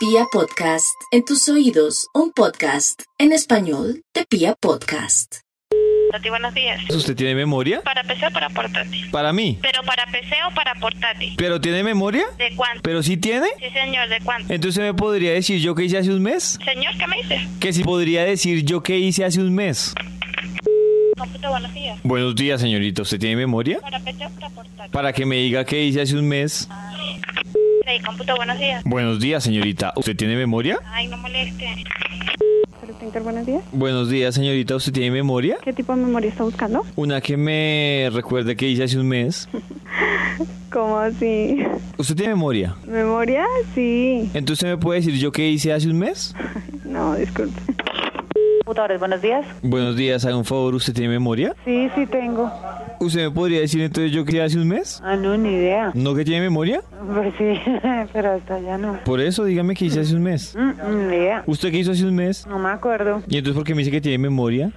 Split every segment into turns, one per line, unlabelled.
Pia Podcast, en tus oídos, un podcast en español de Pia Podcast.
Tati, buenos días.
¿Usted tiene memoria?
¿Para PC o para portátil?
Para mí.
¿Pero para PC o para portátil?
¿Pero tiene memoria?
¿De cuánto?
¿Pero sí tiene?
Sí, señor, ¿de cuánto?
Entonces me podría decir yo qué hice hace un mes.
Señor, ¿qué me dice?
Que si podría decir yo qué hice hace un mes.
Cómputo, buenos días.
Buenos días, señorita. ¿Usted tiene memoria?
¿Para PC o para portátil?
Para que me diga qué hice hace un mes.
Ay. Sí, cómputo, buenos días.
Buenos días, señorita. ¿Usted tiene memoria?
Ay, no moleste.
Pinter, buenos días.
Buenos días, señorita. ¿Usted tiene memoria?
¿Qué tipo de memoria está buscando?
Una que me recuerde qué hice hace un mes.
¿Cómo así?
¿Usted tiene memoria?
¿Memoria? Sí.
Entonces me puede decir yo qué hice hace un mes.
No, disculpe.
Computadores, buenos días.
Buenos días, haga un favor. ¿Usted tiene memoria?
Sí, sí tengo.
¿Usted me podría decir entonces yo qué hice hace un mes?
Ah, no, ni idea.
¿No que tiene memoria?
Pues sí, pero hasta allá no.
Por eso, dígame qué hice hace un mes.
Mm, Ni idea.
¿Usted qué hizo hace un mes?
No me acuerdo.
¿Y entonces por qué me dice que tiene memoria?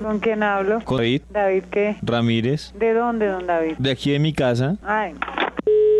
¿Con quién hablo?
Con David
¿David qué?
Ramírez,
¿De dónde, don David?
de aquí de mi casa.
Ay,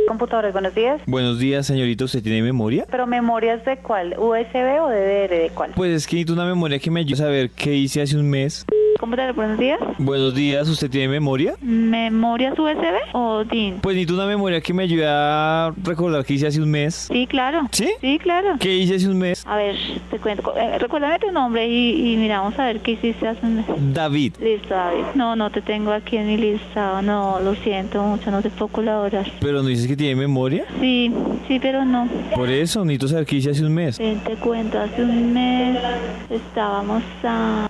Computadores, buenos días.
Buenos días, señorita, ¿usted tiene memoria?
¿Pero memorias de cuál? ¿USB o DDR de cuál?
Pues es que necesito una memoria que me ayude a saber qué hice hace un mes.
Computadores, buenos días.
Buenos días, ¿usted tiene memoria?
¿Memorias USB o DIN?
Pues necesito una memoria que me ayude a recordar qué hice hace un mes.
Sí, claro.
¿Sí?
Sí, claro.
¿Qué hice hace un mes?
A ver, te cuento. Eh, recuérdame tu nombre y, y miramos a ver qué hiciste hace un mes.
David.
Listo, David. No, no te tengo aquí en mi listado. No, lo siento mucho, no te puedo colaborar.
Pero no dices que tiene memoria.
Sí, sí, pero no.
Por eso necesito saber qué hice hace un mes.
Ven, te cuento, hace un mes estábamos a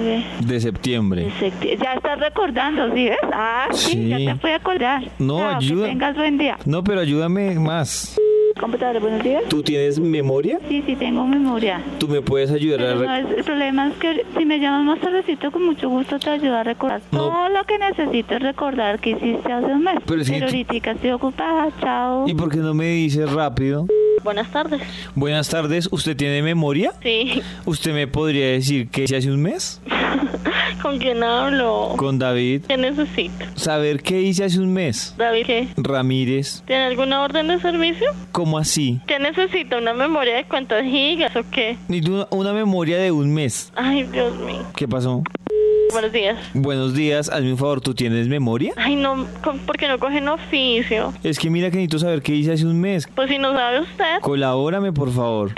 De
de
septiembre.
septiembre. Ya estás recordando, ¿sí ves? Ah, sí,
Sí.
ya te puedo acordar.
No,
Chao,
ayuda.
Que tengas buen día.
No, pero ayúdame más.
Computador, buenos días.
¿Tú tienes memoria?
Sí, sí, tengo memoria.
¿Tú me puedes ayudar a...
Pero no
re-
es- el problema es que si me llamas más tardecito, con mucho gusto te ayudo a recordar
No.
todo lo que necesites recordar que hiciste hace un mes.
Pero si tú-
ahorita estoy ocupada, chao.
¿Y por qué no me dices rápido?
Buenas tardes.
Buenas tardes, ¿usted tiene memoria?
Sí.
¿Usted me podría decir que hice hace un mes?
¿Con quién hablo?
Con David.
¿Qué necesito?
Saber qué hice hace un mes.
David, ¿qué?
Ramírez,
¿Tiene alguna orden de servicio?
¿cómo así?
¿Qué necesita? ¿Una memoria de cuántas gigas o qué?
Necesito una, una memoria de un mes.
Ay, Dios mío.
¿Qué pasó?
Buenos días.
Buenos días, hazme un favor, ¿tú tienes memoria?
Ay, no, ¿con- ¿por qué no cogen oficio?
Es que mira que necesito saber qué hice hace un mes.
Pues si no sabe usted.
Colabórame, por favor.